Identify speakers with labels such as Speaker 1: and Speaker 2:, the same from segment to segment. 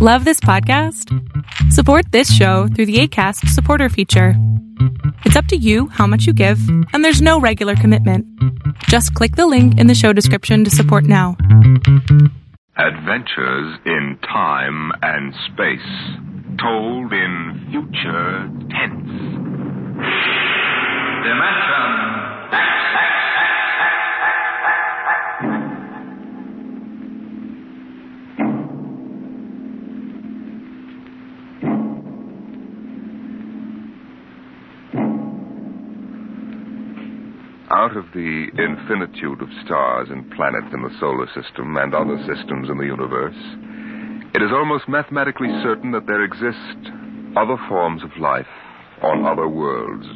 Speaker 1: Love this podcast? Support this show through the ACAST supporter feature. It's up to you how much you give, and there's no regular commitment. Just click the link in the show description to support now.
Speaker 2: Adventures in time and space, told in future tense. Dimension Out of the infinitude of stars and planets in the solar system and other systems in the universe, it is almost mathematically certain that there exist other forms of life on other worlds.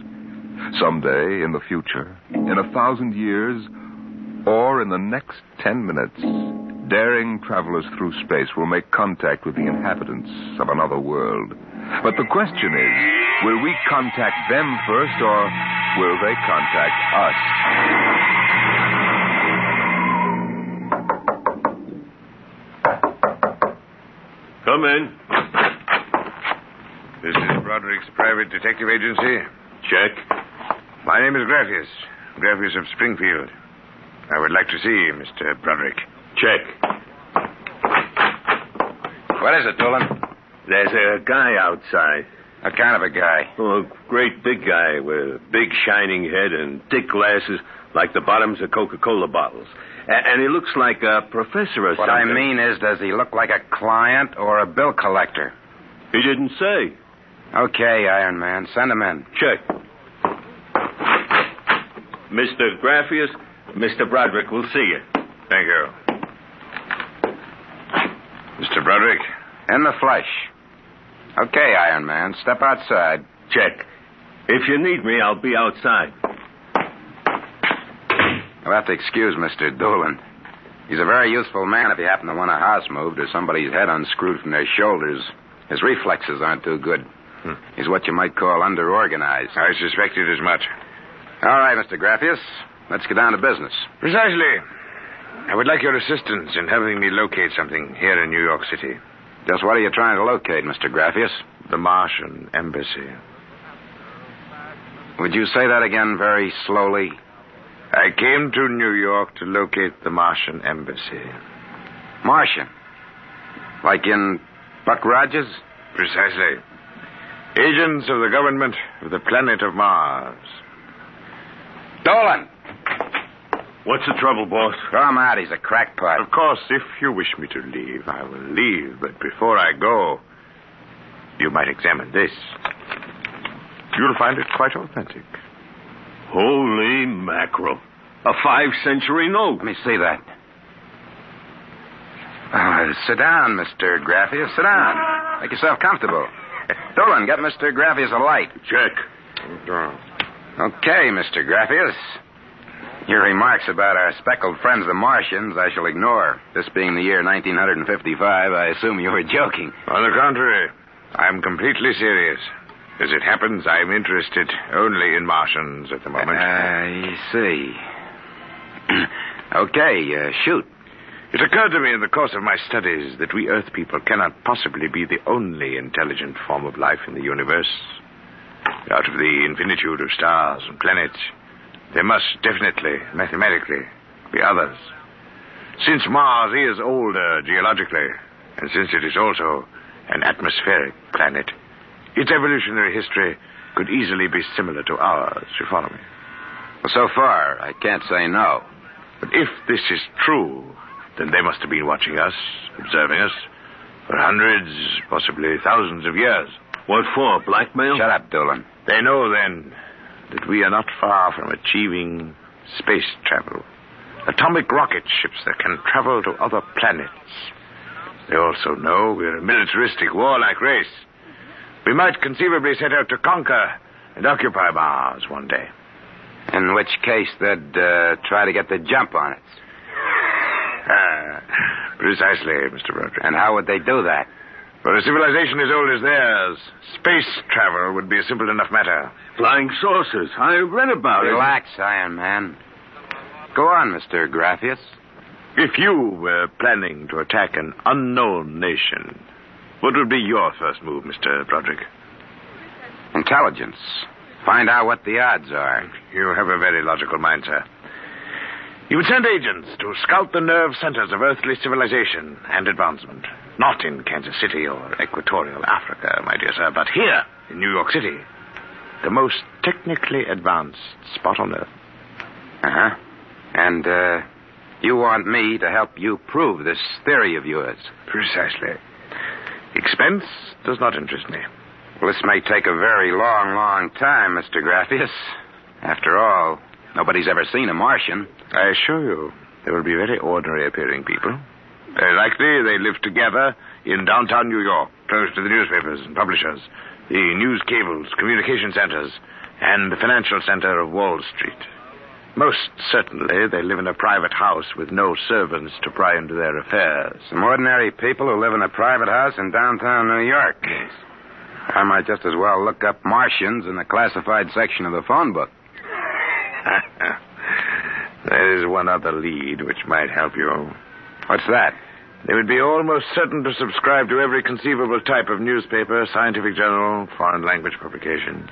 Speaker 2: Someday in the future, in a thousand years, or in the next ten minutes, daring travelers through space will make contact with the inhabitants of another world. But the question is will we contact them first, or will they contact us?
Speaker 3: Come in.
Speaker 4: This is Broderick's private detective agency.
Speaker 3: Check.
Speaker 4: My name is Graffius, Graffius of Springfield. I would like to see you, Mr. Broderick.
Speaker 3: Check.
Speaker 4: What is it, Dolan?
Speaker 3: There's a guy outside.
Speaker 4: What kind of a guy?
Speaker 3: Oh, a great big guy with a big shining head and thick glasses like the bottoms of Coca-Cola bottles. A- and he looks like a professor or
Speaker 4: What I
Speaker 3: something.
Speaker 4: mean is, does he look like a client or a bill collector?
Speaker 3: He didn't say.
Speaker 4: Okay, Iron Man, send him in.
Speaker 3: Check. Mr. Graffius, Mr. Broderick will see you.
Speaker 4: Thank you. Mr. Broderick? In the flesh. Okay, Iron Man, step outside.
Speaker 3: Check. If you need me, I'll be outside.
Speaker 4: You'll have to excuse Mr. Doolin. He's a very useful man if you happen to want a house moved or somebody's head unscrewed from their shoulders. His reflexes aren't too good. He's what you might call underorganized. Hmm. I suspected as much. All right, Mr. Graffius. Let's get down to business. Precisely. I would like your assistance in helping me locate something here in New York City. Just what are you trying to locate, Mr. Graffius? The Martian Embassy. Would you say that again very slowly? I came to New York to locate the Martian embassy. Martian? Like in Buck Rogers? Precisely. Agents of the government of the planet of Mars. Dolan!
Speaker 3: What's the trouble, boss?
Speaker 4: Throw him out. He's a crackpot.
Speaker 3: Of course,
Speaker 4: if you wish me to leave, I will leave. But before I go, you might examine this. You'll find it quite authentic.
Speaker 3: Holy mackerel. A five century note.
Speaker 4: Let me see that. Uh, sit down, Mr. Graffius. Sit down. Make yourself comfortable. Dolan, get Mr. Graffius a light.
Speaker 3: Check.
Speaker 4: Okay, Mr. Graffius. Your remarks about our speckled friends, the Martians, I shall ignore. This being the year 1955, I assume you were joking. On the contrary, I'm completely serious. As it happens, I'm interested only in Martians at the moment. I see. okay, uh, shoot. It occurred to me in the course of my studies that we Earth people cannot possibly be the only intelligent form of life in the universe. Out of the infinitude of stars and planets, there must definitely, mathematically, be others. Since Mars is older geologically, and since it is also an atmospheric planet, its evolutionary history could easily be similar to ours, you follow me? Well, so far, I can't say no. But if this is true, then they must have been watching us, observing us, for hundreds, possibly thousands of years.
Speaker 3: What for? Blackmail?
Speaker 4: Shut up, Dolan. They know then that we are not far from achieving space travel. Atomic rocket ships that can travel to other planets. They also know we're a militaristic, warlike race. We might conceivably set out to conquer and occupy Mars one day. In which case, they'd uh, try to get the jump on us. Ah, Precisely, Mr. Broderick. And how would they do that? For a civilization as old as theirs, space travel would be a simple enough matter.
Speaker 3: Flying saucers. I read about
Speaker 4: Relax, Iron Man. Go on, Mr. Graffius.
Speaker 3: it. If you were planning to attack an unknown nation,
Speaker 4: What would be your first move, Mr. Broderick?
Speaker 5: Intelligence. Find out what the odds are.
Speaker 4: You have a very logical mind, sir. You would send agents to scout the nerve centers of earthly civilization and advancement. Not in Kansas City or equatorial Africa, my dear sir, but here in New York City. The most technically advanced spot on earth.
Speaker 5: Uh-huh. And, uh, you want me to help you prove this theory of yours.
Speaker 4: Precisely. Expense does not interest me.
Speaker 5: Well, this may take a very long, long time, Mr. Graffius. After all, nobody's ever seen a Martian.
Speaker 4: I assure you, they will be very ordinary appearing people. Very likely they live together in downtown New York, close to the newspapers and publishers, the news cables, communication centers, and the financial center of Wall Street. Most certainly, they live in a private house with no servants to pry into their affairs.
Speaker 5: Some ordinary people who live in a private house in downtown New York. I might just as well look up Martians in the classified section of the phone book.
Speaker 4: there is one other lead which might help you.
Speaker 5: What's that?
Speaker 4: They would be almost certain to subscribe to every conceivable type of newspaper, scientific journal, foreign language publication.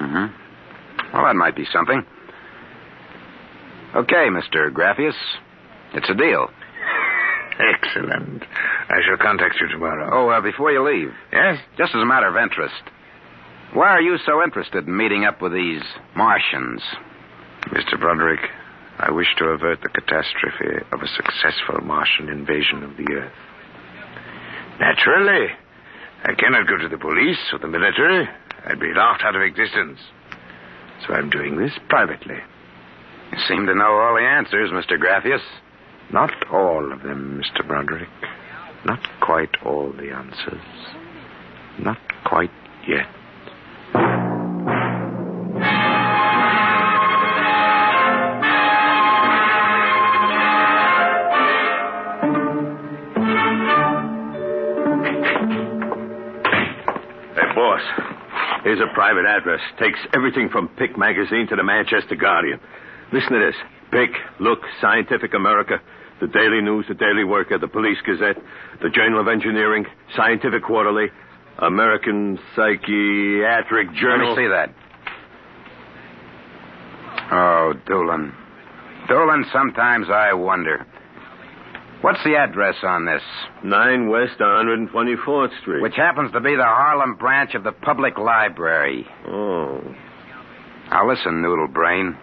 Speaker 5: Mm-hmm. Well, that might be something. Okay, Mr. Graffius. It's a deal.
Speaker 4: Excellent. I shall contact you tomorrow.
Speaker 5: Oh, uh, before you leave.
Speaker 4: Yes?
Speaker 5: Just as a matter of interest. Why are you so interested in meeting up with these Martians?
Speaker 4: Mr. Broderick, I wish to avert the catastrophe of a successful Martian invasion of the Earth. Naturally. I cannot go to the police or the military. I'd be laughed out of existence. So I'm doing this privately.
Speaker 5: You seem to know all the answers, Mr. Graffius.
Speaker 4: Not all of them, Mr. Broderick. Not quite all the answers. Not quite yet.
Speaker 6: Hey, boss. Here's a private address. Takes everything from Pick magazine to the Manchester Guardian. Listen to this. Pick, Look, Scientific America, the Daily News, the Daily Worker, the Police Gazette, the Journal of Engineering, Scientific Quarterly, American Psychiatric Journal.
Speaker 5: Let me see that. Oh, Doolin. Doolin, sometimes I wonder. What's the address on this?
Speaker 6: 9 West 124th Street.
Speaker 5: Which happens to be the Harlem branch of the public library.
Speaker 6: Oh.
Speaker 5: Now listen, Noodle Brain.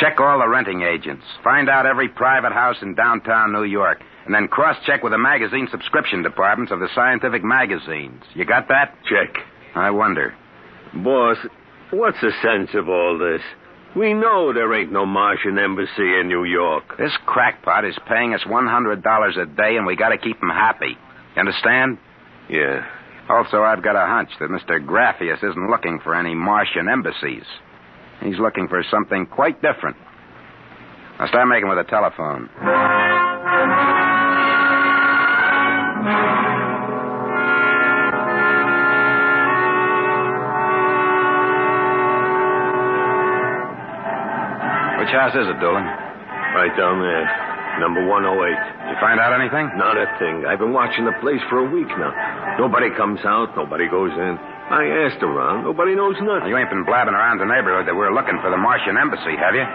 Speaker 5: Check all the renting agents. Find out every private house in downtown New York. And then cross check with the magazine subscription departments of the scientific magazines. You got that?
Speaker 6: Check.
Speaker 5: I wonder.
Speaker 6: Boss, what's the sense of all this? We know there ain't no Martian embassy in New York.
Speaker 5: This crackpot is paying us $100 a day, and we got to keep him happy. You understand?
Speaker 6: Yeah.
Speaker 5: Also, I've got a hunch that Mr. Graffius isn't looking for any Martian embassies. He's looking for something quite different. Now start making with a telephone. Which house is it, Dolan?
Speaker 6: Right down there. Number 108.
Speaker 5: Did you find out anything?
Speaker 6: Not a thing. I've been watching the place for a week now. Nobody comes out, nobody goes in. I asked around. Nobody knows nothing.
Speaker 5: You ain't been blabbing around the neighborhood that we're looking for the Martian embassy, have you?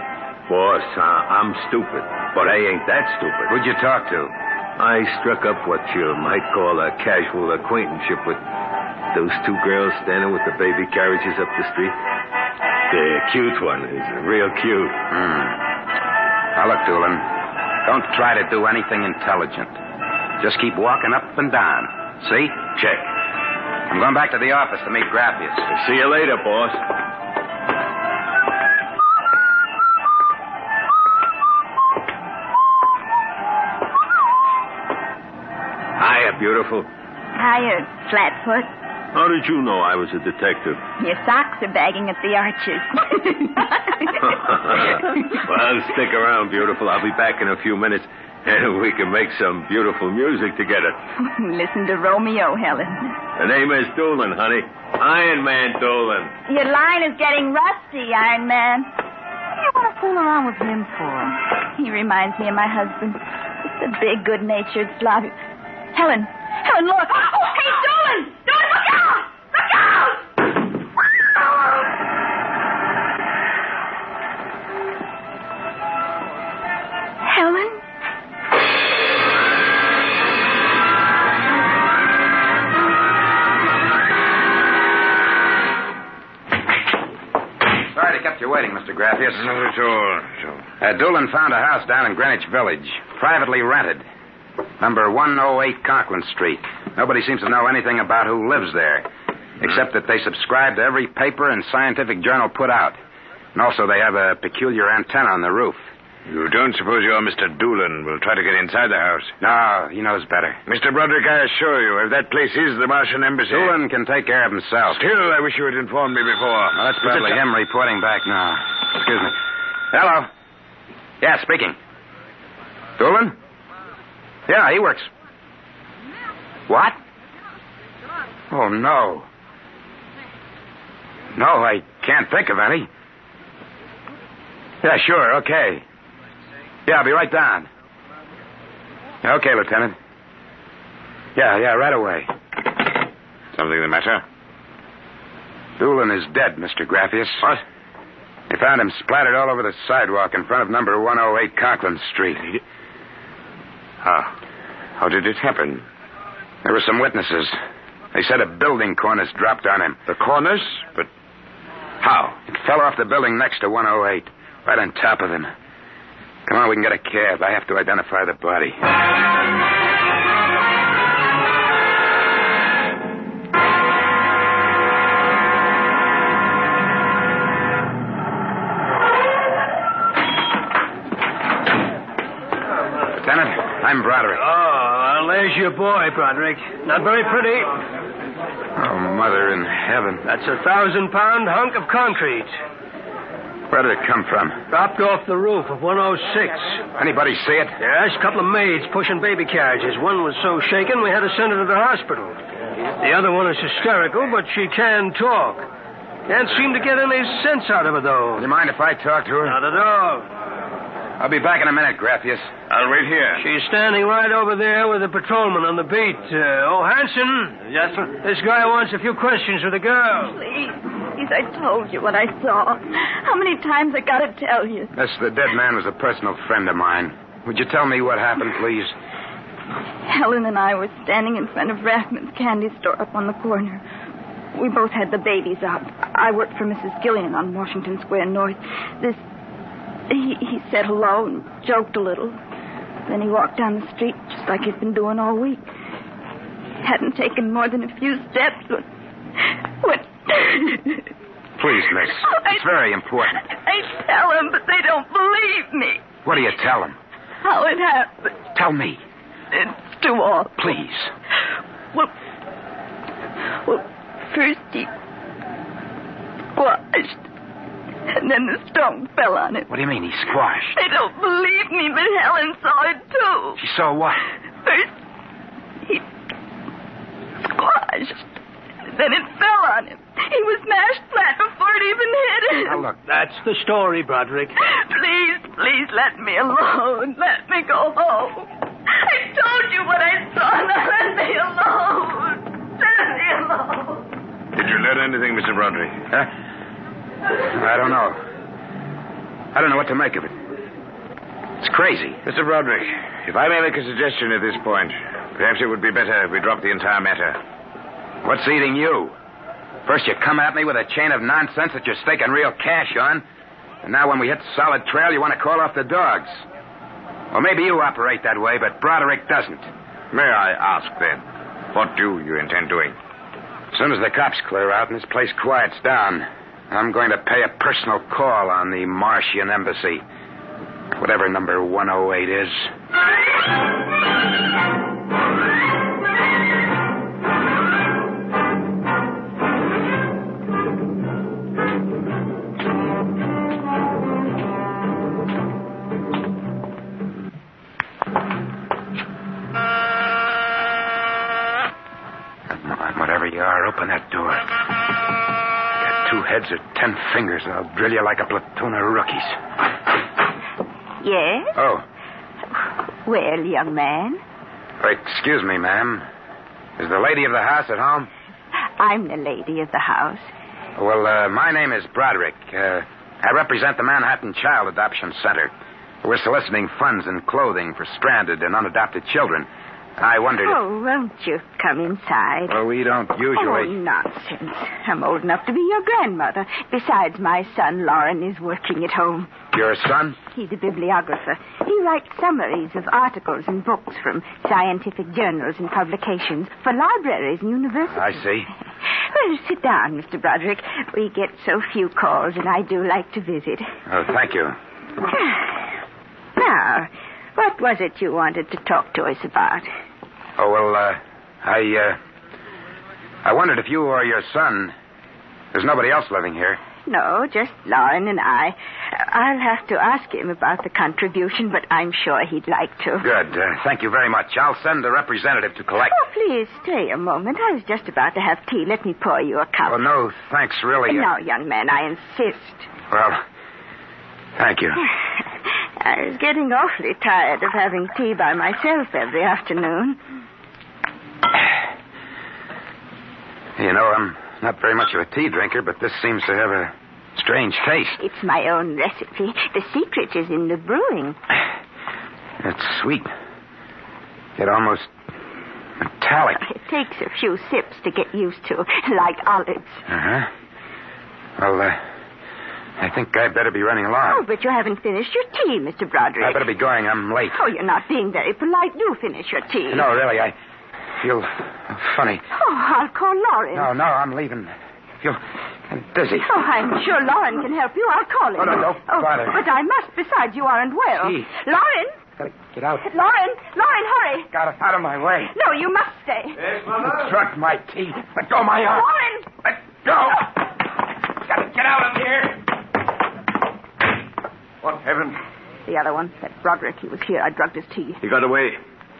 Speaker 6: Boss, uh, I'm stupid, but I ain't that stupid.
Speaker 5: Who'd you talk to?
Speaker 6: I struck up what you might call a casual acquaintanceship with those two girls standing with the baby carriages up the street. The cute one is real cute.
Speaker 5: Hmm. Now, look, Doolin, don't try to do anything intelligent. Just keep walking up and down. See?
Speaker 6: Check.
Speaker 5: I'm going back to the office to meet Graffius.
Speaker 6: See you later, boss. Hiya, beautiful.
Speaker 7: Hiya, Flatfoot.
Speaker 6: How did you know I was a detective?
Speaker 7: Your socks are bagging at the arches.
Speaker 6: well, stick around, beautiful. I'll be back in a few minutes. And we can make some beautiful music together.
Speaker 7: Listen to Romeo, Helen.
Speaker 6: The name is Doolin, honey. Iron Man Doolin.
Speaker 7: Your line is getting rusty, Iron Man.
Speaker 8: What do you want to fool around with him for?
Speaker 7: He reminds me of my husband. It's a big, good-natured slob. Helen, Helen, look. Oh, hey, Doolin!
Speaker 5: you waiting, Mr. Graffius.
Speaker 4: Not at all. Joe.
Speaker 5: Uh, Doolin found a house down in Greenwich Village, privately rented. Number 108 Conklin Street. Nobody seems to know anything about who lives there, except that they subscribe to every paper and scientific journal put out. And also, they have a peculiar antenna on the roof.
Speaker 4: You don't suppose your Mr. Doolin will try to get inside the house?
Speaker 5: No, he knows better.
Speaker 4: Mr. Broderick, I assure you, if that place is the Martian embassy.
Speaker 5: Doolin can take care of himself.
Speaker 4: Still, I wish you had informed me before.
Speaker 5: Well, that's probably him reporting back now. Excuse me. Hello. Yeah, speaking. Doolin? Yeah, he works. What? Oh, no. No, I can't think of any. Yeah, sure, okay. Yeah, I'll be right down. Okay, Lieutenant. Yeah, yeah, right away.
Speaker 4: Something the matter?
Speaker 5: Doolin is dead, Mr. Graffius.
Speaker 4: What?
Speaker 5: They found him splattered all over the sidewalk in front of number 108 Conklin Street.
Speaker 4: How? How did it happen?
Speaker 5: There were some witnesses. They said a building cornice dropped on him.
Speaker 4: The cornice? But how?
Speaker 5: It fell off the building next to 108, right on top of him. Come on, we can get a cab. I have to identify the body. Lieutenant, I'm Broderick.
Speaker 9: Oh, well, there's your boy, Broderick. Not very pretty.
Speaker 5: Oh, Mother in heaven.
Speaker 9: That's a thousand pound hunk of concrete.
Speaker 5: Where did it come from?
Speaker 9: Dropped off the roof of 106.
Speaker 5: Anybody see it?
Speaker 9: Yes, a couple of maids pushing baby carriages. One was so shaken we had to send her to the hospital. The other one is hysterical, but she can talk. Can't seem to get any sense out of her, though.
Speaker 5: Do you mind if I talk to her?
Speaker 9: Not at all.
Speaker 5: I'll be back in a minute, Graffius.
Speaker 4: I'll wait here.
Speaker 9: She's standing right over there with the patrolman on the beat. Uh, oh, Hanson.
Speaker 10: Yes, sir.
Speaker 9: This guy wants a few questions with the girl.
Speaker 7: Please, please, I told you what I saw. How many times I gotta tell you?
Speaker 5: Miss, the dead man was a personal friend of mine. Would you tell me what happened, please?
Speaker 7: Helen and I were standing in front of Rathman's candy store up on the corner. We both had the babies out. I worked for Mrs. Gillian on Washington Square North. This. He, he said hello and joked a little. Then he walked down the street just like he'd been doing all week. Hadn't taken more than a few steps when. when
Speaker 5: Please, miss.
Speaker 7: Oh, I-
Speaker 5: it's very important.
Speaker 7: I tell them, but they don't believe me.
Speaker 5: What do you tell him?
Speaker 7: How it happened.
Speaker 5: Tell me,
Speaker 7: It's too awful.
Speaker 5: please.
Speaker 7: Well, well, first he squashed, and then the stone fell on him.
Speaker 5: What do you mean he squashed?
Speaker 7: They don't believe me, but Helen saw it too.
Speaker 5: She saw what?
Speaker 7: First, he squashed. Then it fell on him. He was smashed flat before it even hit him.
Speaker 5: Now, look,
Speaker 9: That's the story, Broderick.
Speaker 7: Please, please let me alone. Let me go home. I told you what I saw. Now let me alone. Let me alone.
Speaker 4: Did you learn anything, Mr. Broderick?
Speaker 5: Huh? I don't know. I don't know what to make of it. It's crazy.
Speaker 4: Mr. Broderick, if I may make a suggestion at this point, perhaps it would be better if we dropped the entire matter.
Speaker 5: What's eating you? First, you come at me with a chain of nonsense that you're staking real cash on, and now when we hit solid trail, you want to call off the dogs. Well, maybe you operate that way, but Broderick doesn't.
Speaker 4: May I ask then, what do you intend doing?
Speaker 5: As soon as the cops clear out and this place quiets down, I'm going to pay a personal call on the Martian Embassy. Whatever number 108 is. Come on, whatever you are, open that door. Got two heads or ten fingers, and I'll drill you like a platoon of rookies.
Speaker 11: Yes?
Speaker 5: Oh,
Speaker 11: Well, young man,
Speaker 5: wait, excuse me, ma'am. Is the lady of the house at home?
Speaker 11: I'm the lady of the house.
Speaker 5: Well, uh, my name is Broderick. Uh, I represent the Manhattan Child Adoption Center. We're soliciting funds and clothing for stranded and unadopted children. I wondered if...
Speaker 11: Oh, won't you come inside?
Speaker 5: Well, we don't
Speaker 11: Oh,
Speaker 5: usually.
Speaker 11: nonsense. I'm old enough to be your grandmother. Besides, my son, Lauren, is working at home.
Speaker 5: Your son?
Speaker 11: He's a bibliographer. He writes summaries of articles and books from scientific journals and publications for libraries and universities.
Speaker 5: I see.
Speaker 11: Well, sit down, Mr. Broderick. We get so few calls, and I do like to visit.
Speaker 5: Oh, thank you.
Speaker 11: Now, what was it you wanted to talk to us about?
Speaker 5: Oh, well, uh, I, uh, I wondered if you or your son. There's nobody else living here.
Speaker 11: No, just Lauren and I. I'll have to ask him about the contribution, but I'm sure he'd like to.
Speaker 5: Good. Uh, thank you very much. I'll send a representative to collect.
Speaker 11: Oh, please stay a moment. I was just about to have tea. Let me pour you a cup.
Speaker 5: Oh, no, thanks, really.
Speaker 11: No, young man, I insist.
Speaker 5: Well, thank you.
Speaker 11: I was getting awfully tired of having tea by myself every afternoon.
Speaker 5: You know, I'm not very much of a tea drinker, but this seems to have a strange taste.
Speaker 11: It's my own recipe. The secret is in the brewing.
Speaker 5: It's sweet. It almost metallic.
Speaker 11: It takes a few sips to get used to, like olives.
Speaker 5: Uh-huh. Well, uh, I think I'd better be running
Speaker 11: Oh,
Speaker 5: along.
Speaker 11: but you haven't finished your tea, Mr. Broderick.
Speaker 5: I better be going. I'm late.
Speaker 11: Oh, you're not being very polite. Do finish your tea.
Speaker 5: No, really, I feel funny.
Speaker 11: Oh, I'll call Lauren.
Speaker 5: No, no, I'm leaving. Feel dizzy.
Speaker 11: Oh, I'm sure Lauren can help you. I'll call him.
Speaker 5: Oh, no, don't
Speaker 11: oh,
Speaker 5: bother.
Speaker 11: But I must. Besides, you aren't well.
Speaker 5: Gee.
Speaker 11: Lauren!
Speaker 5: Gotta get out.
Speaker 11: Lauren! Lauren, hurry!
Speaker 5: Got it out of my way.
Speaker 11: No, you must stay.
Speaker 5: It struck my teeth. Let go of my arm.
Speaker 11: Lauren!
Speaker 5: Let go. Gotta get out of here.
Speaker 3: What heaven?
Speaker 11: The other one, that Broderick, he was here. I drugged his tea.
Speaker 3: He got away.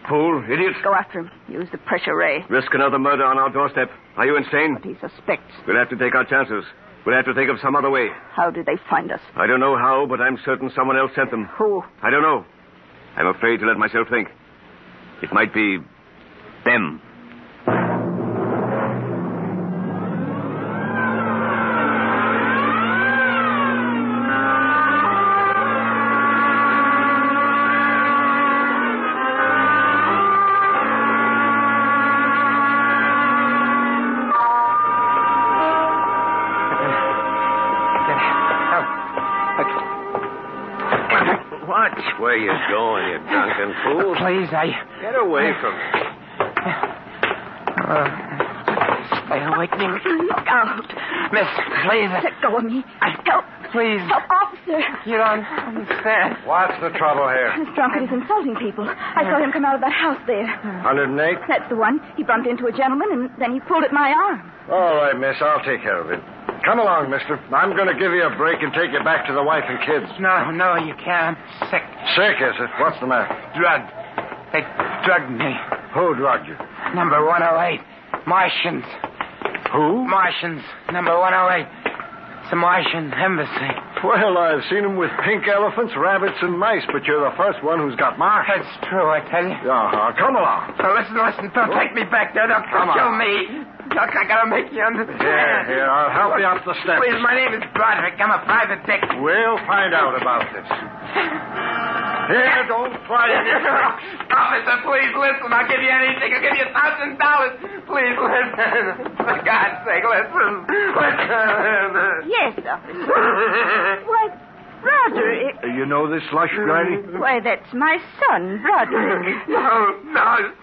Speaker 3: Fool, idiot.
Speaker 11: Go after him. Use the pressure ray.
Speaker 3: Risk another murder on our doorstep. Are you insane?
Speaker 11: But he suspects.
Speaker 3: We'll have to take our chances. We'll have to think of some other way.
Speaker 11: How did they find us?
Speaker 3: I don't know how, but I'm certain someone else sent them.
Speaker 11: Who?
Speaker 3: I don't know. I'm afraid to let myself think. It might be them. What? Where you going, you drunken fool?
Speaker 5: Uh, Please, I.
Speaker 3: Get away from me.
Speaker 5: Uh, Stay awake, Miss.
Speaker 11: Look out.
Speaker 5: uh, Miss, please.
Speaker 11: Let go of me. Help.
Speaker 5: Please.
Speaker 11: Help, officer.
Speaker 5: You don't understand.
Speaker 3: What's the trouble here?
Speaker 11: This drunkard is insulting people. I saw him come out of that house there.
Speaker 3: 108?
Speaker 11: That's the one. He bumped into a gentleman, and then he pulled at my arm.
Speaker 3: All right, miss. I'll take care of it. Come along, mister. I'm going to give you a break and take you back to the wife and kids.
Speaker 5: No, no, you can't. I'm sick.
Speaker 3: Sick, is it? What's the matter?
Speaker 5: Drugged. They drugged me.
Speaker 3: Who drugged you?
Speaker 5: Number 108. Martians.
Speaker 3: Who?
Speaker 5: Martians. Number 108. It's the Martian embassy.
Speaker 3: Well, I've seen them with pink elephants, rabbits, and mice, but you're the first one who's got marks.
Speaker 5: That's true, I tell you.
Speaker 3: Uh-huh. Come along.
Speaker 5: So listen, listen. Don't take me back there. Don't
Speaker 3: Come on.
Speaker 5: kill me. Look, I gotta make you understand.
Speaker 3: Here, here. I'll help you up the steps.
Speaker 5: Please, my name is Broderick. I'm a private dick.
Speaker 3: We'll find out about this. Here, don't try it.
Speaker 5: Officer, please listen. I'll give you anything. I'll give you a thousand dollars. Please listen. For God's sake, listen. Listen.
Speaker 11: Yes, officer. Why, Broderick.
Speaker 3: You know this lush, Granny?
Speaker 11: Why, that's my son, Broderick.
Speaker 5: No, no.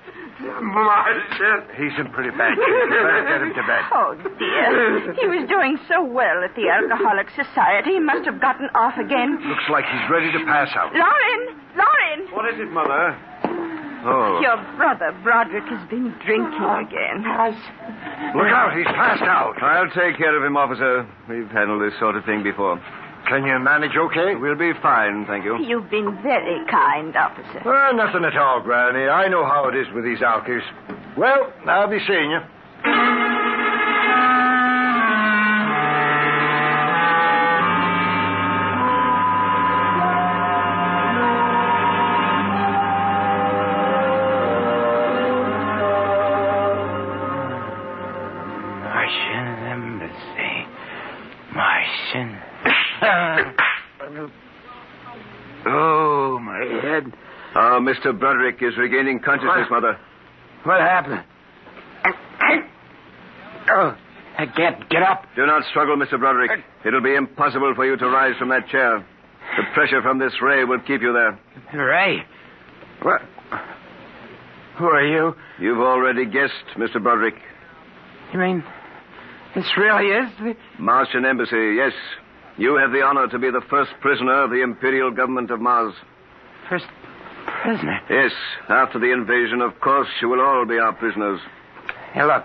Speaker 5: Martian.
Speaker 3: He's in pretty bad shape. You better get him to bed.
Speaker 11: Oh, dear. He was doing so well at the Alcoholic Society, he must have gotten off again.
Speaker 3: Looks like he's ready to pass out.
Speaker 11: Lauren! Lauren!
Speaker 3: What is it, Mother? Oh.
Speaker 11: Your brother, Broderick, has been drinking
Speaker 12: Oh,
Speaker 11: again.
Speaker 3: Look out, he's passed out. I'll take care of him, officer. We've handled this sort of thing before. Can you manage okay? We'll be fine, thank you.
Speaker 11: You've been very kind, officer.
Speaker 3: Well, Uh, nothing at all, Granny. I know how it is with these alkies. Well, I'll be seeing you.
Speaker 5: Martian embassy. Martian. oh, my head.
Speaker 3: Ah, Mr. Broderick is regaining consciousness, Mother.
Speaker 5: What happened? Oh, I can't get up.
Speaker 3: Do not struggle, Mr. Broderick. It'll be impossible for you to rise from that chair. The pressure from this ray will keep you there.
Speaker 5: Ray? What? Who are you?
Speaker 3: You've already guessed, Mr. Broderick.
Speaker 5: You mean this really is the...
Speaker 3: Martian Embassy, yes. You have the honor to be the first prisoner of the Imperial Government of Mars.
Speaker 5: First prisoner?
Speaker 3: Yes. After the invasion, of course, you will all be our prisoners.
Speaker 5: Hey, look.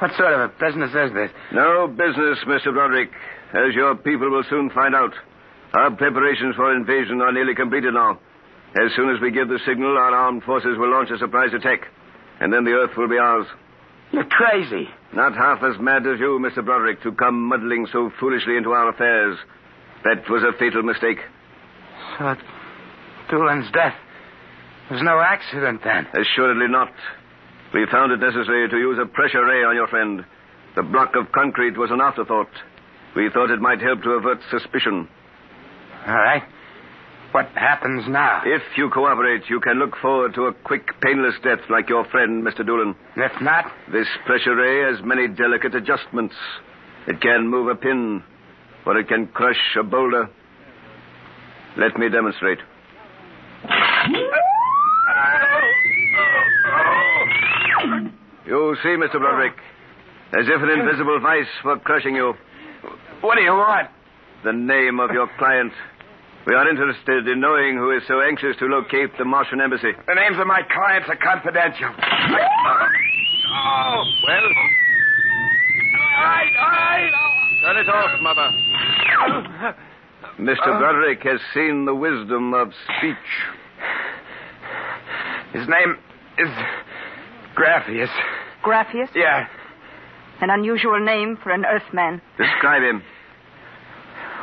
Speaker 5: What sort of a business is this?
Speaker 3: No business, Mr. Broderick, as your people will soon find out. Our preparations for invasion are nearly completed now. As soon as we give the signal, our armed forces will launch a surprise attack, and then the Earth will be ours.
Speaker 5: You're crazy.
Speaker 3: Not half as mad as you, Mr. Broderick, to come muddling so foolishly into our affairs. That was a fatal mistake.
Speaker 5: So, Doolin's death was no accident then?
Speaker 3: Assuredly not. We found it necessary to use a pressure ray on your friend. The block of concrete was an afterthought. We thought it might help to avert suspicion.
Speaker 5: All right. What happens now?
Speaker 3: If you cooperate, you can look forward to a quick, painless death like your friend, Mr. Doolan.
Speaker 5: If not?
Speaker 3: This pressure ray has many delicate adjustments. It can move a pin, or it can crush a boulder. Let me demonstrate. You see, Mr. Broderick, as if an invisible vice were crushing you.
Speaker 5: What do you want?
Speaker 3: The name of your client. We are interested in knowing who is so anxious to locate the Martian embassy.
Speaker 5: The names of my clients are confidential.
Speaker 3: oh, well.
Speaker 5: All right, all right.
Speaker 3: Turn it off, Mother. Mr. Oh. Broderick has seen the wisdom of speech.
Speaker 5: His name is Graffius.
Speaker 7: Graffius?
Speaker 5: Yeah.
Speaker 7: An unusual name for an Earthman.
Speaker 3: Describe him.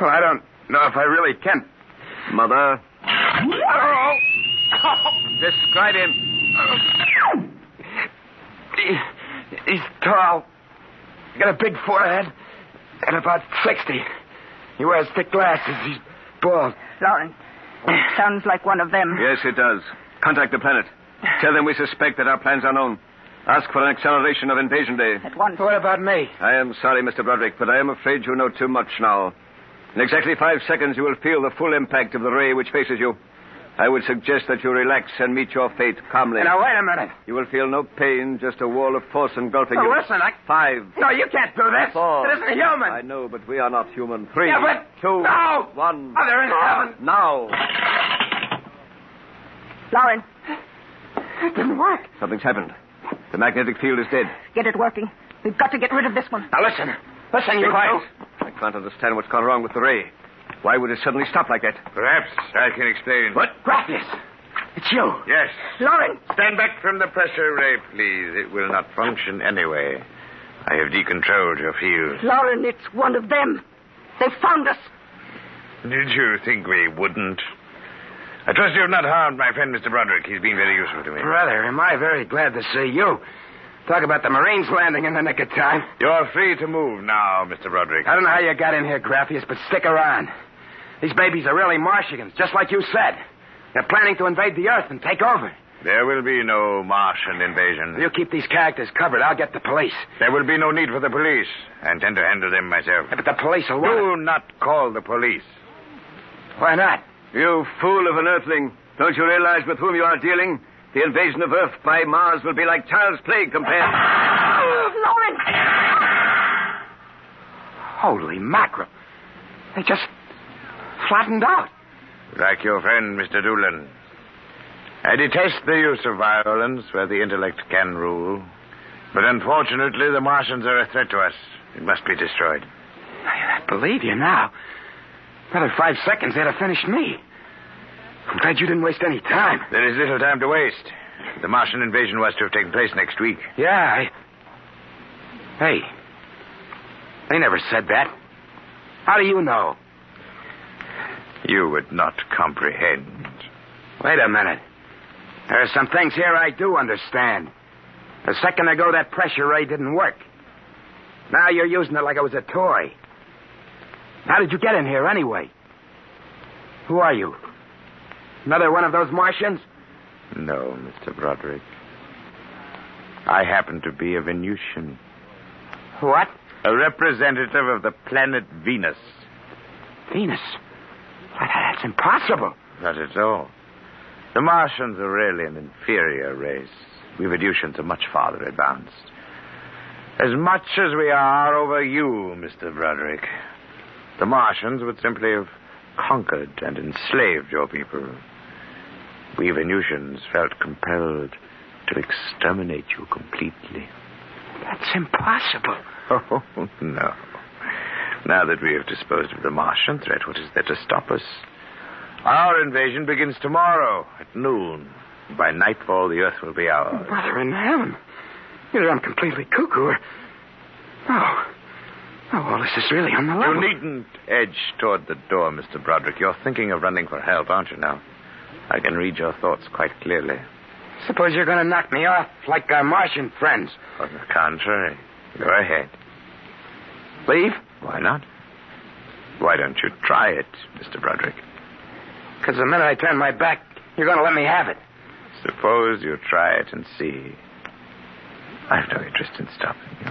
Speaker 5: Well, I don't know if I really can.
Speaker 3: Mother.
Speaker 5: Oh.
Speaker 3: Describe him.
Speaker 5: He, he's tall, got a big forehead, and about 60. He wears thick glasses. He's bald.
Speaker 7: Lawrence, sounds like one of them.
Speaker 3: Yes, it does. Contact the planet. Tell them we suspect that our plans are known. Ask for an acceleration of invasion day.
Speaker 7: At once.
Speaker 5: What about me?
Speaker 3: I am sorry, Mr. Broderick, but I am afraid you know too much now. In exactly five seconds, you will feel the full impact of the ray which faces you. I would suggest that you relax and meet your fate calmly.
Speaker 5: Now, wait a minute.
Speaker 3: You will feel no pain, just a wall of force engulfing oh, you.
Speaker 5: Listen, I...
Speaker 3: Five.
Speaker 5: No, you can't do this.
Speaker 3: Four.
Speaker 5: It isn't human.
Speaker 3: I know, but we are not human. Three.
Speaker 5: Yeah, but...
Speaker 3: Two.
Speaker 5: No!
Speaker 3: One.
Speaker 5: Oh, there is heaven.
Speaker 3: Now.
Speaker 7: Lawrence.
Speaker 5: It doesn't work.
Speaker 3: Something's happened. The magnetic field is dead.
Speaker 7: Get it working. We've got to get rid of this one.
Speaker 5: Now listen. Listen, you
Speaker 3: quiet. I can't understand what's gone wrong with the ray. Why would it suddenly stop like that?
Speaker 4: Perhaps I can explain.
Speaker 5: What? Graffius! It's you.
Speaker 4: Yes.
Speaker 7: Lauren!
Speaker 4: Stand back from the pressure ray, please. It will not function anyway. I have decontrolled your field.
Speaker 7: Lauren, it's one of them. They found us.
Speaker 4: Did you think we wouldn't? I trust you have not harmed my friend, Mr. Broderick. He's been very useful to me.
Speaker 5: Brother, am I very glad to see you. Talk about the Marines landing in the nick of time.
Speaker 4: You're free to move now, Mr. Broderick.
Speaker 5: I don't know how you got in here, Graffius, but stick around. These babies are really Martians, just like you said. They're planning to invade the Earth and take over.
Speaker 4: There will be no Martian invasion.
Speaker 5: You keep these characters covered. I'll get the police.
Speaker 4: There will be no need for the police. I intend to handle them myself.
Speaker 5: Yeah, but the police will.
Speaker 4: Do not call the police.
Speaker 5: Why not?
Speaker 3: You fool of an earthling. Don't you realize with whom you are dealing? The invasion of Earth by Mars will be like child's play compared.
Speaker 7: Lauren!
Speaker 5: Holy mackerel. They just flattened out.
Speaker 4: Like your friend, Mr. Doolan. I detest the use of violence where the intellect can rule. But unfortunately, the Martians are a threat to us. It must be destroyed.
Speaker 5: I believe you now. Another five seconds, they'd have finished me. I'm glad you didn't waste any time.
Speaker 4: There is little time to waste. The Martian invasion was to have taken place next week.
Speaker 5: Yeah, I... Hey. They never said that. How do you know?
Speaker 4: You would not comprehend.
Speaker 5: Wait a minute. There are some things here I do understand. A second ago, that pressure ray didn't work. Now you're using it like it was a toy. How did you get in here anyway? Who are you? Another one of those Martians?
Speaker 4: No, Mr. Broderick. I happen to be a Venusian.
Speaker 12: What?
Speaker 4: A representative of the planet Venus.
Speaker 12: Venus? Why, that- That's impossible.
Speaker 4: Not at all. The Martians are really an inferior race. We Venusians are much farther advanced. As much as we are over you, Mr. Broderick. The Martians would simply have conquered and enslaved your people. We Venusians felt compelled to exterminate you completely.
Speaker 12: That's impossible.
Speaker 4: Oh, no. Now that we have disposed of the Martian threat, what is there to stop us? Our invasion begins tomorrow at noon. By nightfall, the Earth will be ours.
Speaker 12: Brother in heaven. Either I'm completely cuckoo or. No. No, all this is really on the
Speaker 4: You
Speaker 12: level.
Speaker 4: needn't edge toward the door, Mr. Broderick. You're thinking of running for help, aren't you now? I can read your thoughts quite clearly.
Speaker 12: Suppose you're going to knock me off like our Martian friends.
Speaker 4: On the contrary, go ahead.
Speaker 12: Leave?
Speaker 4: Why not? Why don't you try it, Mr. Broderick?
Speaker 12: Because the minute I turn my back, you're going to let me have it.
Speaker 4: Suppose you try it and see. I've no interest in stopping you.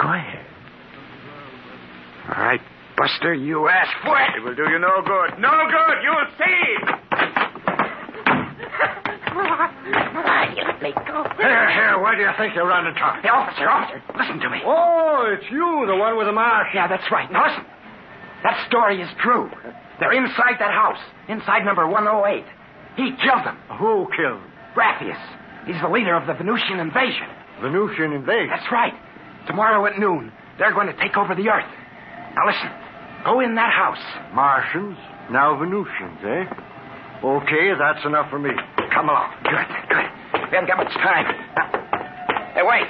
Speaker 4: Go ahead.
Speaker 12: All right, Buster, you asked for it.
Speaker 4: It will do you no good. No good! You'll see!
Speaker 13: Here, here, where do you think you're running to?
Speaker 12: Hey, officer, officer, listen to me.
Speaker 13: Oh, it's you, the one with the mark.
Speaker 12: Yeah, that's right. Now listen. That story is true. They're inside that house, inside number 108. He killed them.
Speaker 13: Who killed?
Speaker 12: Rapheus. He's the leader of the Venusian invasion.
Speaker 13: Venusian invasion.
Speaker 12: That's right. Tomorrow at noon, they're going to take over the earth. Now listen. Go in that house.
Speaker 13: Martians, now Venusians, eh? Okay, that's enough for me.
Speaker 12: Come along. Good, good. We haven't got much time. Now- Hey, wait.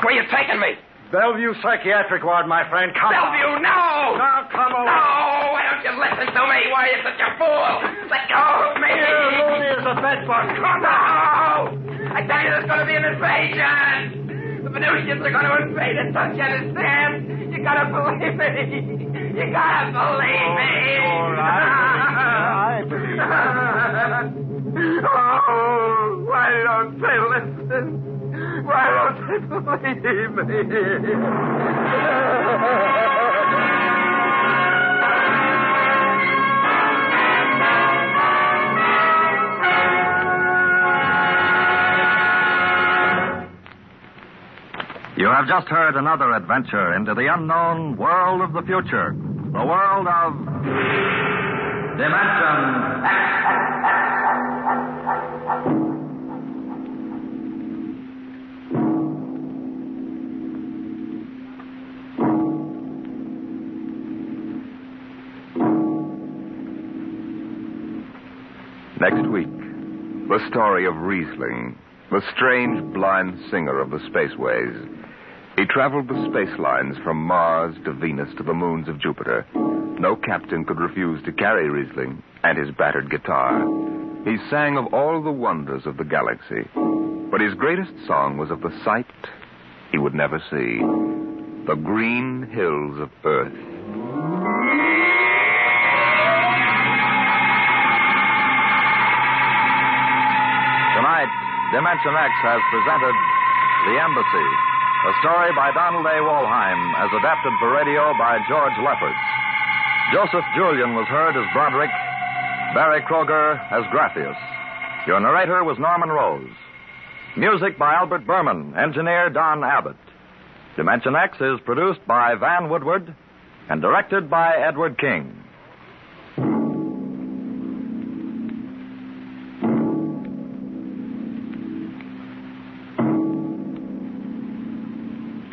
Speaker 12: Where you taking me?
Speaker 13: Bellevue Psychiatric Ward, my friend. Come on.
Speaker 12: Bellevue, no!
Speaker 13: Now, come on.
Speaker 12: No! Why don't you listen to me? Why are you such a fool? Let go
Speaker 11: Oh,
Speaker 12: of me!
Speaker 13: Here, Looney is a bedbug.
Speaker 12: Oh, no! I tell you, there's going to be an invasion! The Venusians are going to invade us, don't you understand? You gotta believe me! You gotta believe me!
Speaker 13: Oh, all right. I believe you.
Speaker 12: Oh, why don't they listen? Why don't they believe me?
Speaker 10: You have just heard another adventure into the unknown world of the future. The world of. Dimension X.
Speaker 2: Next week, the story of Riesling, the strange blind singer of the spaceways. He traveled the space lines from Mars to Venus to the moons of Jupiter. No captain could refuse to carry Riesling and his battered guitar. He sang of all the wonders of the galaxy, but his greatest song was of the sight he would never see the green hills of Earth.
Speaker 10: Tonight, Dimension X has presented The Embassy, a story by Donald A. Walheim, as adapted for radio by George Lefferts. Joseph Julian was heard as Broderick, Barry Kroger as Graffius. Your narrator was Norman Rose. Music by Albert Berman, engineer Don Abbott. Dimension X is produced by Van Woodward and directed by Edward King.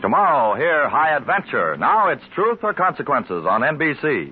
Speaker 10: Tomorrow, hear High Adventure. Now it's Truth or Consequences on NBC.